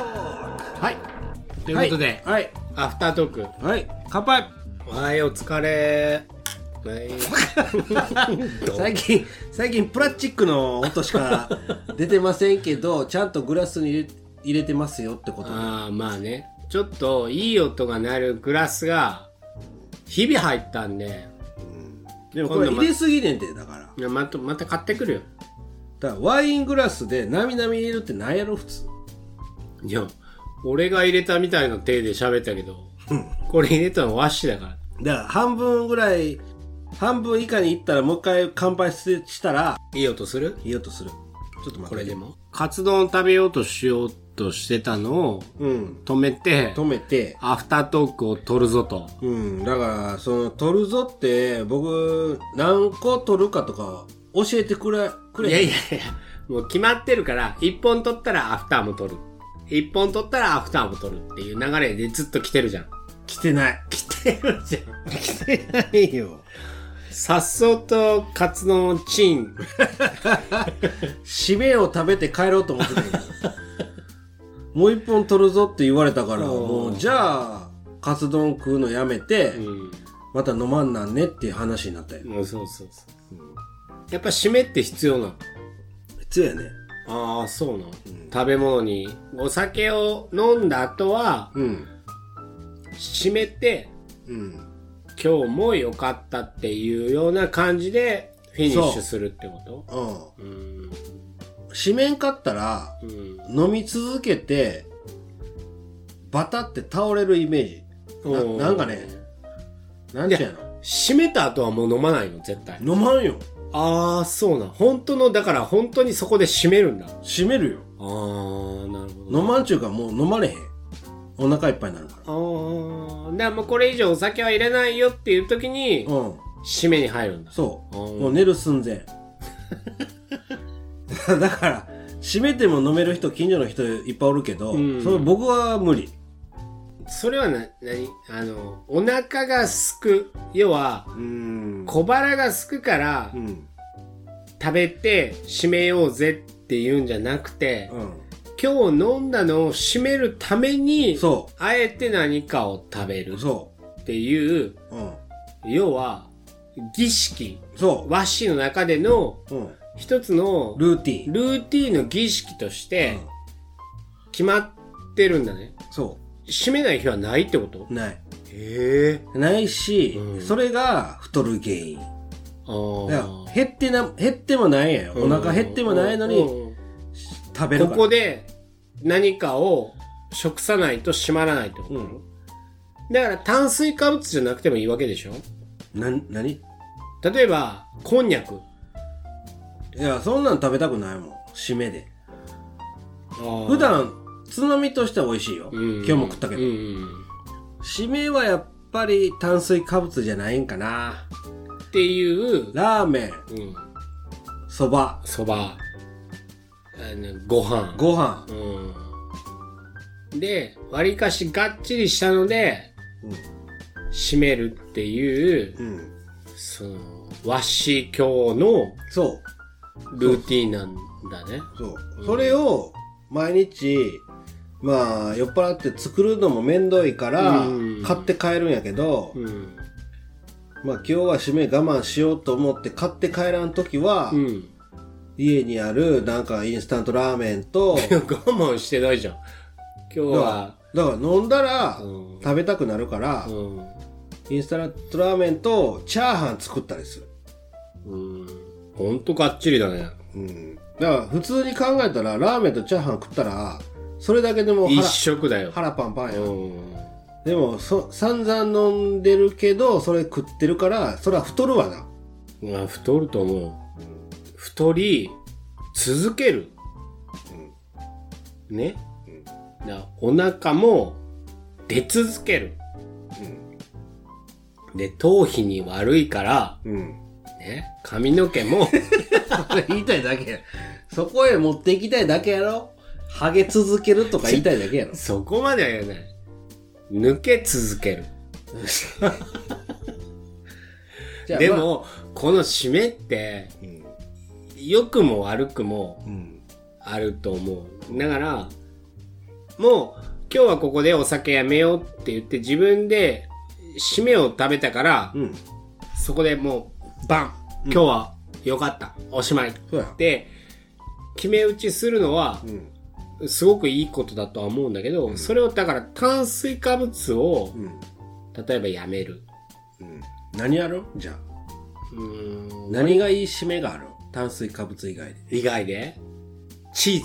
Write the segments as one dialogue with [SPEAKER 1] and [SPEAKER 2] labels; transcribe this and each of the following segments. [SPEAKER 1] はい
[SPEAKER 2] ということで、
[SPEAKER 1] はい
[SPEAKER 2] アフタートーク。
[SPEAKER 1] はい乾杯
[SPEAKER 2] はい、お疲れ。はい。
[SPEAKER 1] 最近最近プラスチックの音し か出てませんけどちゃんとグラスに入れ入れてますよってこと
[SPEAKER 2] ああ、まあね。ちょっと、いい音が鳴るグラスが、日々入ったんで、
[SPEAKER 1] でもこれ
[SPEAKER 2] 今度ま
[SPEAKER 1] 入れすぎねんてだから
[SPEAKER 2] いやまた、また買ってくるよ。
[SPEAKER 1] だからワイングラスでなみなみ入れるってなんやろ普通
[SPEAKER 2] いや、俺が入れたみたいな手で喋ったけど、これ入れたの和紙だから。
[SPEAKER 1] だから半分ぐらい半分以下にいったらもう一回乾杯ししたら
[SPEAKER 2] いい音する
[SPEAKER 1] いいよとするちょっと待って
[SPEAKER 2] これでも。カツ丼を食べようとしようとしてたのを
[SPEAKER 1] うん
[SPEAKER 2] 止めて、
[SPEAKER 1] 止めて
[SPEAKER 2] アフタートークを取るぞと。
[SPEAKER 1] うんだからその取るぞって僕何個取るかとか教えてくれくれ
[SPEAKER 2] いやいやいや、もう決まってるから、一本取ったらアフターも取る。一本取ったらアフターも取るっていう流れでずっと来てるじゃん。
[SPEAKER 1] 来てない
[SPEAKER 2] 来てるじゃん。
[SPEAKER 1] 来てないよ
[SPEAKER 2] さっそうとカツ丼をチン。
[SPEAKER 1] 締めを食べて帰ろうと思ってたけ どもう一本取るぞって言われたからもうじゃあカツ丼食うのやめて、
[SPEAKER 2] う
[SPEAKER 1] また飲まんなんねっていう話になったよ
[SPEAKER 2] ん。もうそうそうそう。やっぱ締めって必要なの
[SPEAKER 1] 必要やね
[SPEAKER 2] ああ、そうなの、食べ物に、お酒を飲んだ後は、
[SPEAKER 1] うん
[SPEAKER 2] 締めて、
[SPEAKER 1] うん
[SPEAKER 2] 今日も良かったっていうような感じで、フィニッシュするってこ
[SPEAKER 1] うん
[SPEAKER 2] とうん。
[SPEAKER 1] 締めんかったら
[SPEAKER 2] うん。
[SPEAKER 1] 飲み続けてバタって倒れるイメージな
[SPEAKER 2] うん
[SPEAKER 1] なんかねなんちゅうやろ
[SPEAKER 2] 閉めた後はもう飲まないの絶対
[SPEAKER 1] 飲まんよ
[SPEAKER 2] ああそうなん本当のだから本当にそこで閉めるんだあ
[SPEAKER 1] 締めるよ
[SPEAKER 2] あーなるほど
[SPEAKER 1] 飲まんちゅうかもう飲まれへんお腹いっぱいになるから
[SPEAKER 2] ああだからもうこれ以上お酒は入れないよっていう時に
[SPEAKER 1] うん
[SPEAKER 2] 締めに入るんだ
[SPEAKER 1] そう
[SPEAKER 2] うん
[SPEAKER 1] もう寝る寸前 だから閉めても飲める人近所の人いっぱいおるけど、
[SPEAKER 2] うん
[SPEAKER 1] それ僕は無理
[SPEAKER 2] それはな何あのお腹がすく要は
[SPEAKER 1] うん
[SPEAKER 2] 小腹がすくから
[SPEAKER 1] うん
[SPEAKER 2] 食べて締めようぜっていうんじゃなくて
[SPEAKER 1] う
[SPEAKER 2] 今日飲んだのを締めるために
[SPEAKER 1] んそ
[SPEAKER 2] あえて何かを食べる
[SPEAKER 1] うそ
[SPEAKER 2] っていう
[SPEAKER 1] ううん
[SPEAKER 2] 要は儀式
[SPEAKER 1] そ
[SPEAKER 2] 和紙の中での
[SPEAKER 1] う、うん、
[SPEAKER 2] 一つの
[SPEAKER 1] ルーティン
[SPEAKER 2] ルーティーンの儀式として
[SPEAKER 1] うん
[SPEAKER 2] 決まってるんだね
[SPEAKER 1] そ
[SPEAKER 2] 締めない日はないってこと
[SPEAKER 1] うない
[SPEAKER 2] へえ
[SPEAKER 1] ないし、
[SPEAKER 2] うん
[SPEAKER 1] それが太る原因
[SPEAKER 2] あー
[SPEAKER 1] だから減ってな減ってもないんやよお腹減ってもないの
[SPEAKER 2] うん
[SPEAKER 1] に
[SPEAKER 2] うん
[SPEAKER 1] 食べる
[SPEAKER 2] こ
[SPEAKER 1] から
[SPEAKER 2] こで何かを食さないと締まらないってこと、
[SPEAKER 1] うん
[SPEAKER 2] だから炭水化物じゃなくてもいいわけでしょ
[SPEAKER 1] な何い
[SPEAKER 2] 例えばこんにゃく
[SPEAKER 1] やそんなん食べたくないもん締めで普
[SPEAKER 2] 普
[SPEAKER 1] 段つまみとしては美味しいよ、
[SPEAKER 2] うん
[SPEAKER 1] 今日も食ったけど、
[SPEAKER 2] うんうん
[SPEAKER 1] 締めはやっぱり炭水化物じゃないんかな
[SPEAKER 2] っていう、
[SPEAKER 1] ラーメン
[SPEAKER 2] うん、
[SPEAKER 1] そば
[SPEAKER 2] そば、あのご飯。
[SPEAKER 1] ご飯
[SPEAKER 2] うん。で、割かしがっちりしたので、締めるっていう、
[SPEAKER 1] うん、
[SPEAKER 2] その、和紙教の
[SPEAKER 1] そう
[SPEAKER 2] ルーティーンなんだね。
[SPEAKER 1] そうそれを毎日まあ酔っ払って作るのも面倒いから
[SPEAKER 2] うん
[SPEAKER 1] 買って帰るんやけど、
[SPEAKER 2] うん。
[SPEAKER 1] まあ今日は締め我慢しようと思って買って帰らん時は、
[SPEAKER 2] うん。
[SPEAKER 1] 家にあるなんかインスタントラーメン と
[SPEAKER 2] 我慢してないじゃん。今日は、
[SPEAKER 1] だから飲んだら
[SPEAKER 2] うん
[SPEAKER 1] 食べたくなるから、
[SPEAKER 2] うん。
[SPEAKER 1] インスタントラーメンとチャーハン作ったりする
[SPEAKER 2] うん。ほんとがっちりだね。
[SPEAKER 1] うんだから普通に考えたらラーメンとチャーハン食ったらそれだけでも
[SPEAKER 2] 一
[SPEAKER 1] 腹
[SPEAKER 2] 食だよ。
[SPEAKER 1] 腹パンパンや、
[SPEAKER 2] うん。
[SPEAKER 1] でもそ散々飲んでるけどそれ食ってるからそれは太るわな
[SPEAKER 2] まあ、太ると思う。太り、続ける。ね。だお腹も出続ける。で、頭皮に悪いから、
[SPEAKER 1] うん
[SPEAKER 2] ね、髪の毛も、
[SPEAKER 1] 言いたいだけやそこへ持っていきたいだけやろハゲ続けるとか言いたいだけやろ
[SPEAKER 2] そこまでは言えない。抜け続ける。
[SPEAKER 1] じゃあ
[SPEAKER 2] でも、この締めって、
[SPEAKER 1] まあうん
[SPEAKER 2] 良くも悪くも
[SPEAKER 1] うん
[SPEAKER 2] あると思う。だから、もう、今日今日はここでお酒やめようって言って自分で締めを食べたから、
[SPEAKER 1] うん。
[SPEAKER 2] そこでもうバン今日は良かった、おしまいっ
[SPEAKER 1] そうや。
[SPEAKER 2] て決め打ちするのは
[SPEAKER 1] うん。
[SPEAKER 2] すごくいいことだとは思うんだけど、それをだから炭水化物を
[SPEAKER 1] うん。
[SPEAKER 2] 例えばやめる
[SPEAKER 1] うん。何やろうじゃあ。
[SPEAKER 2] うーん
[SPEAKER 1] 何がいい締めがある炭水化物以外で。
[SPEAKER 2] 以外でチーズ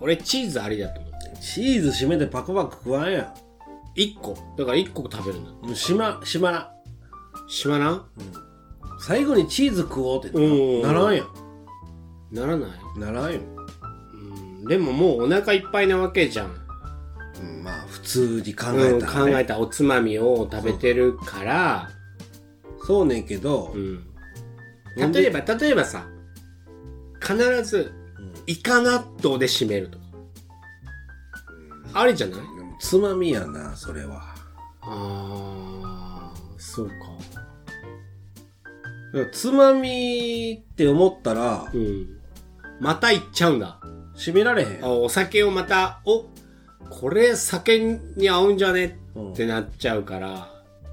[SPEAKER 2] 俺チーズありだと思う
[SPEAKER 1] チーズ締めでパクパク食わんや
[SPEAKER 2] 1個だから1個食べるんだ
[SPEAKER 1] ん。もうしま、しまら。
[SPEAKER 2] しまらん
[SPEAKER 1] 最後にチーズ食おうって
[SPEAKER 2] うん
[SPEAKER 1] ならんや
[SPEAKER 2] ならない
[SPEAKER 1] ん。ならんよ。
[SPEAKER 2] うんでももうお腹いっぱいなわけじゃん
[SPEAKER 1] うん、まあ、普通に考
[SPEAKER 2] う
[SPEAKER 1] え
[SPEAKER 2] ん
[SPEAKER 1] たら、
[SPEAKER 2] 考
[SPEAKER 1] ね
[SPEAKER 2] えたおつまみを食べてるから、
[SPEAKER 1] そうねんけど、
[SPEAKER 2] うん、例えば例えばさ必ずイカ納豆で締めるとかあれじゃない
[SPEAKER 1] でもつまみやな、それは。
[SPEAKER 2] あーそうか
[SPEAKER 1] だからつまみって思ったら、
[SPEAKER 2] うんまた行っちゃうんだ
[SPEAKER 1] 締められへん
[SPEAKER 2] あ。お酒をまたおこれ酒に合うんじゃね
[SPEAKER 1] うん
[SPEAKER 2] ってなっちゃうから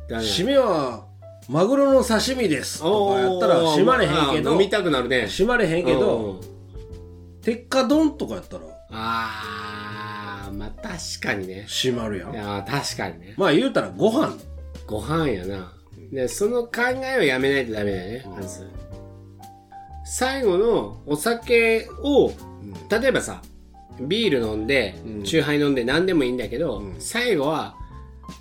[SPEAKER 2] だね
[SPEAKER 1] 締めは、マグロの刺身ですとかやったら
[SPEAKER 2] おー
[SPEAKER 1] 締まれへんけ
[SPEAKER 2] あ
[SPEAKER 1] ど、
[SPEAKER 2] 飲みたくなるね
[SPEAKER 1] 締まれへんけ
[SPEAKER 2] う
[SPEAKER 1] ど
[SPEAKER 2] ん、
[SPEAKER 1] 鉄火丼とかやったら
[SPEAKER 2] あーまあ確かにね
[SPEAKER 1] 締まるや
[SPEAKER 2] い
[SPEAKER 1] ん。
[SPEAKER 2] やー確かにね
[SPEAKER 1] まあ言うたらご飯。
[SPEAKER 2] ご飯やなでその考えをやめないとダメだよね、まず最後のお酒を例えばさビール飲んで、
[SPEAKER 1] うん
[SPEAKER 2] チューハイ飲んで何でもいいんだけど、
[SPEAKER 1] うん
[SPEAKER 2] 最後は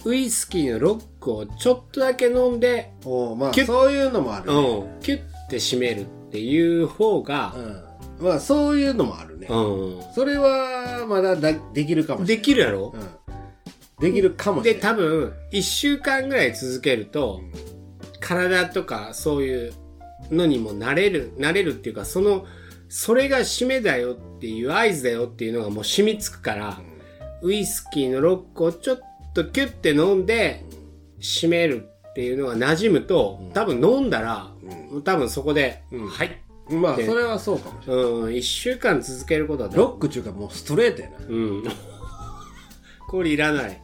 [SPEAKER 2] ウイスキーのロックをちょっとだけ飲んで、
[SPEAKER 1] おーまあ
[SPEAKER 2] キュッ
[SPEAKER 1] そういうのもある、ね
[SPEAKER 2] うん、キュッて締めるっていう方が
[SPEAKER 1] う、ん。まあそういうのもあるね。
[SPEAKER 2] うん
[SPEAKER 1] それはまだだできるかもしれ
[SPEAKER 2] できるやろ
[SPEAKER 1] な、い。うん。できるかもしれ
[SPEAKER 2] で
[SPEAKER 1] ない。
[SPEAKER 2] 多分1週間ぐらい続けると、
[SPEAKER 1] うん
[SPEAKER 2] 体とかそういうのにも慣れる慣れるっていうかそのそれが締めだよっていう合図だよっていうのがもう染みつくから、ウイスキーのロックをちょっとキュッて飲んで締めるっていうのが馴染むと、多分飲んだら、多分そこで、はい、
[SPEAKER 1] まあそれはそうかもしれない。
[SPEAKER 2] うん、1週間続けることは
[SPEAKER 1] ロックっていうかもうストレートやな。
[SPEAKER 2] うん これいらない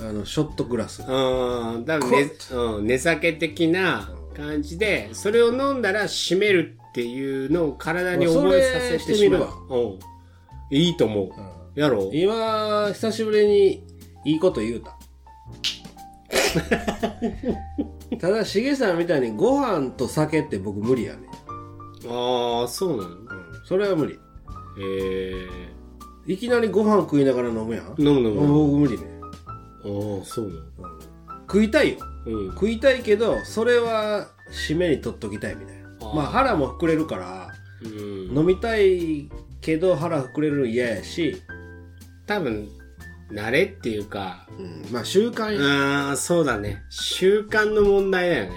[SPEAKER 1] あの、ショットグラス。
[SPEAKER 2] うん、多分ね、うん、寝酒的な感じで、それを飲んだら締めるっていうのを体に覚えさせてしま
[SPEAKER 1] まあ
[SPEAKER 2] う。うん。いいと思う。やろう
[SPEAKER 1] 今、久しぶりにいいこと言 うた。ただ、しげさんみたいにご飯と酒って僕無理やね。
[SPEAKER 2] ああ、そうなの
[SPEAKER 1] それは無理。
[SPEAKER 2] え
[SPEAKER 1] いきなりご飯食いながら飲むやん。
[SPEAKER 2] ー、飲む飲む。
[SPEAKER 1] 僕無理ね。
[SPEAKER 2] ああ、そうなの
[SPEAKER 1] 食いたいよ。
[SPEAKER 2] うん。
[SPEAKER 1] 食いたいけど、それは締めに取っときたいみたいな。
[SPEAKER 2] あー
[SPEAKER 1] まあ腹も膨れるから、
[SPEAKER 2] うん、
[SPEAKER 1] 飲みたいけど腹膨れるの嫌やし、
[SPEAKER 2] 多分、慣れっていうか、
[SPEAKER 1] うん、まあ習慣や。
[SPEAKER 2] ああ、そうだね。習慣の問題だよね。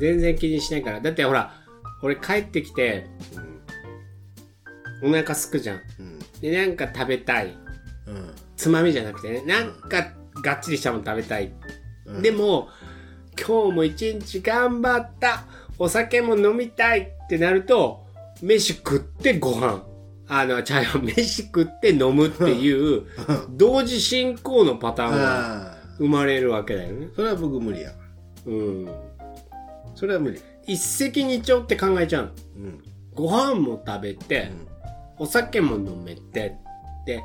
[SPEAKER 2] 全然気にしないから。だってほら、俺帰ってきて、お腹すくじゃん。
[SPEAKER 1] うん。
[SPEAKER 2] で、なんか食べたい。
[SPEAKER 1] うん。
[SPEAKER 2] つまみじゃなくてねなんかがっちりしたもの食べたい、
[SPEAKER 1] うん
[SPEAKER 2] でも今日も一日頑張ったお酒も飲みたいってなると飯食ってご飯あのちゃうよ 飯食って飲むっていう同時進行のパターンが
[SPEAKER 1] ああ。
[SPEAKER 2] 生まれるわけだよね
[SPEAKER 1] それは僕無理や。
[SPEAKER 2] うん
[SPEAKER 1] それは無理。
[SPEAKER 2] 一石二鳥って考えちゃうの
[SPEAKER 1] うん。
[SPEAKER 2] ご飯も食べて、お酒も飲めてで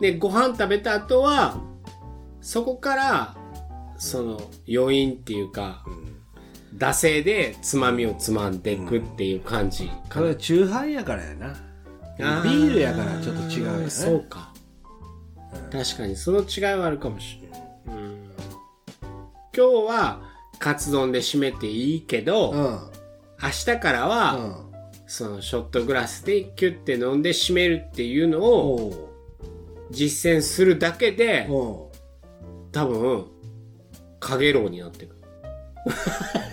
[SPEAKER 2] でご飯食べた後はそこからその余韻っていうか惰性でつまみをつまんでいくっていう感じか
[SPEAKER 1] こ
[SPEAKER 2] な、
[SPEAKER 1] れはチューハイやからやな。ビ
[SPEAKER 2] あ
[SPEAKER 1] ールやからちょっと違うよね。
[SPEAKER 2] そうか、確かにその違いはあるかもしれない、うん今日はカツ丼で締めていいけど、
[SPEAKER 1] う
[SPEAKER 2] 明
[SPEAKER 1] ん。
[SPEAKER 2] 日からは、
[SPEAKER 1] うん。
[SPEAKER 2] そのショットグラスでキュッて飲んで締めるっていうの
[SPEAKER 1] お
[SPEAKER 2] を
[SPEAKER 1] う
[SPEAKER 2] 実践するだけで、
[SPEAKER 1] おう
[SPEAKER 2] 多分影ろうになってる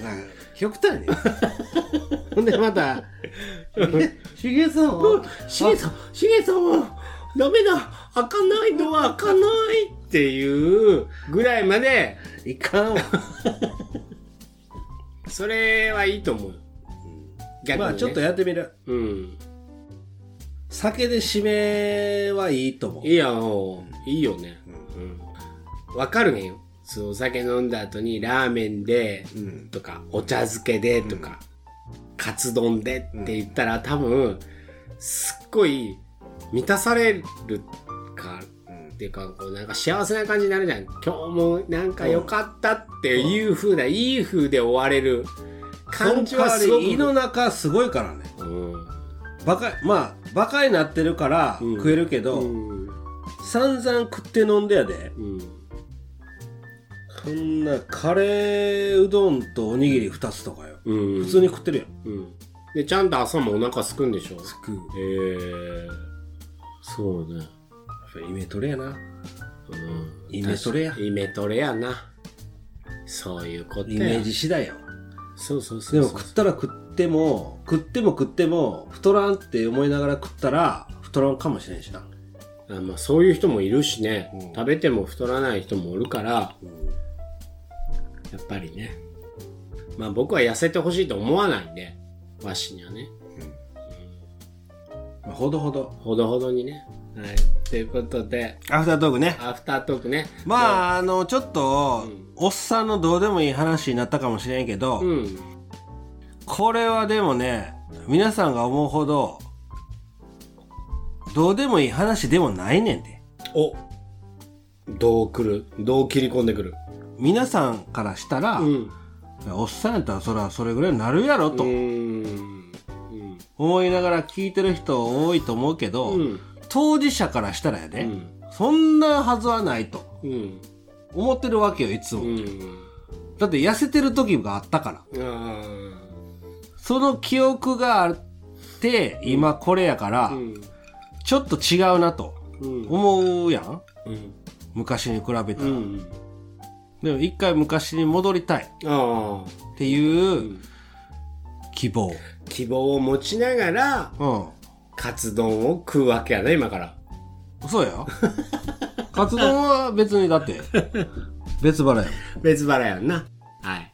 [SPEAKER 1] なんか極端 やね。ほんでまた、しげさんは
[SPEAKER 2] しげさんしげさんはダメだ開かないのは開かないっていうぐらいまで
[SPEAKER 1] いかんわ。
[SPEAKER 2] それはいいと思う逆に、ね、
[SPEAKER 1] まあちょっとやってみる。
[SPEAKER 2] うん
[SPEAKER 1] 酒で締めはいいと思う
[SPEAKER 2] いやもういいよねうんわかるねんよそうお酒飲んだ後にラーメンで
[SPEAKER 1] うん
[SPEAKER 2] とかお茶漬けでとか、カツ丼でって言ったら多分すっごい満たされるか
[SPEAKER 1] うん
[SPEAKER 2] っていうかこうなんか幸せな感じになるじゃん今日もなんか良かったっていう風ないい風で終われる感じはす
[SPEAKER 1] そ
[SPEAKER 2] ご
[SPEAKER 1] の
[SPEAKER 2] く
[SPEAKER 1] 代わり胃の中すごいからね
[SPEAKER 2] うん
[SPEAKER 1] バカまあバカになってるから
[SPEAKER 2] うん
[SPEAKER 1] 食えるけど、
[SPEAKER 2] うん
[SPEAKER 1] 散々食って飲んでやで
[SPEAKER 2] うん
[SPEAKER 1] こんなカレーうどんとおにぎり2つとかよ
[SPEAKER 2] うん
[SPEAKER 1] 普通に食ってるやん、
[SPEAKER 2] うんでちゃんと朝もお腹すくんでしょ
[SPEAKER 1] 食う
[SPEAKER 2] えー、そうね
[SPEAKER 1] イメトレやな
[SPEAKER 2] うん
[SPEAKER 1] イメトレや
[SPEAKER 2] イメトレやなそういうこと
[SPEAKER 1] イ
[SPEAKER 2] や
[SPEAKER 1] メージ次第やわ
[SPEAKER 2] そうそうそ
[SPEAKER 1] で
[SPEAKER 2] う
[SPEAKER 1] も
[SPEAKER 2] そう
[SPEAKER 1] 食ったら食っても食っても食っても太らんって思いながら食ったら太らんかもしれんしな、
[SPEAKER 2] あまあ、そういう人もいるしね、
[SPEAKER 1] うん
[SPEAKER 2] 食べても太らない人もおるからやっぱりねまあ僕は痩せてほしいと思わないんでわしにはね
[SPEAKER 1] まあほどほど
[SPEAKER 2] ほどほどにねはいということで
[SPEAKER 1] アフタートークね
[SPEAKER 2] アフタートークね
[SPEAKER 1] まああのちょっと、
[SPEAKER 2] うん
[SPEAKER 1] おっさんのどうでもいい話になったかもしれんけど、
[SPEAKER 2] うん
[SPEAKER 1] これはでもね皆さんが思うほどどうでもいい話でもないねんで
[SPEAKER 2] おどう来るどう切り込んでくる
[SPEAKER 1] 皆さんからしたら、
[SPEAKER 2] うん
[SPEAKER 1] おっさんやったらそれはそれぐらいになるやろ
[SPEAKER 2] う
[SPEAKER 1] と
[SPEAKER 2] ーんうん
[SPEAKER 1] 思いながら聞いてる人多いと思うけど、
[SPEAKER 2] うん
[SPEAKER 1] 当事者からしたらや
[SPEAKER 2] う
[SPEAKER 1] で、
[SPEAKER 2] ん
[SPEAKER 1] そんなはずはないと
[SPEAKER 2] うん
[SPEAKER 1] 思ってるわけよいつも、
[SPEAKER 2] うん
[SPEAKER 1] だって痩せてる時があったから
[SPEAKER 2] あー
[SPEAKER 1] その記憶があって今これやから、
[SPEAKER 2] うん
[SPEAKER 1] ちょっと違うなと
[SPEAKER 2] うん
[SPEAKER 1] 思うやん
[SPEAKER 2] うん
[SPEAKER 1] 昔に比べたら、
[SPEAKER 2] うん
[SPEAKER 1] でも一回昔に戻りたい
[SPEAKER 2] ああ
[SPEAKER 1] っていう希望
[SPEAKER 2] 希望を持ちながら
[SPEAKER 1] う
[SPEAKER 2] カツ丼を食うわけやね今から
[SPEAKER 1] んそうや よカツ丼は別にだって別腹やもん
[SPEAKER 2] 別腹やんなはい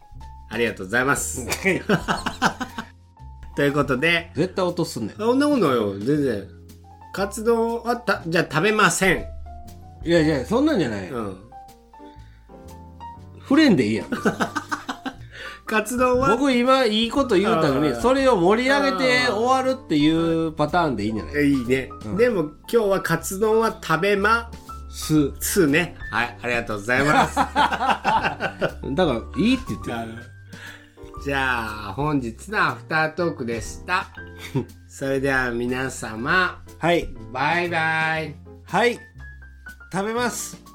[SPEAKER 2] ありがとうございます ということで
[SPEAKER 1] 絶対落とすんねん
[SPEAKER 2] そんなものよ全然カツ丼はたじゃあ食べません
[SPEAKER 1] いやいやそんなんじゃない、
[SPEAKER 2] うん
[SPEAKER 1] フレンでいいやん
[SPEAKER 2] カツ丼は
[SPEAKER 1] 僕今いいこと言うたのに
[SPEAKER 2] あー
[SPEAKER 1] それを盛り上げて終わるっていうパターンでいいんじゃない
[SPEAKER 2] いいね、でも今日はカツ丼は食べますすねはいありがとうございます
[SPEAKER 1] だからいいって言ってる
[SPEAKER 2] じゃあ本日のアフタートークでしたそれでは皆様
[SPEAKER 1] はい
[SPEAKER 2] バイバイ
[SPEAKER 1] はい食べます